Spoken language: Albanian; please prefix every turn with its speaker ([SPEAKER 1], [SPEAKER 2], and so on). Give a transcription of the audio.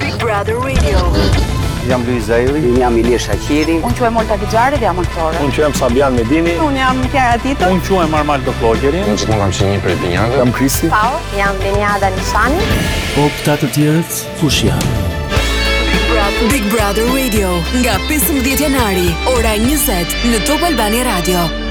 [SPEAKER 1] Big Brother Radio.
[SPEAKER 2] Jam Luiz Zairi.
[SPEAKER 3] Unë jam Ilir Shaqiri.
[SPEAKER 4] Unë quhem Olta Gixhari dhe jam aktore.
[SPEAKER 2] Unë quhem Sabian Medini.
[SPEAKER 5] Unë jam Kiara Tito.
[SPEAKER 2] Unë quhem Armal Doklogeri.
[SPEAKER 6] Unë gjithmonë kam qenë një prej pinjave.
[SPEAKER 2] Jam Kristi.
[SPEAKER 7] Pau, jam Benjada Nishani.
[SPEAKER 8] Po këta të tjerët, kush janë?
[SPEAKER 1] Big Brother, Big Brother Radio nga 15 janari ora 20 në Top Albania Radio.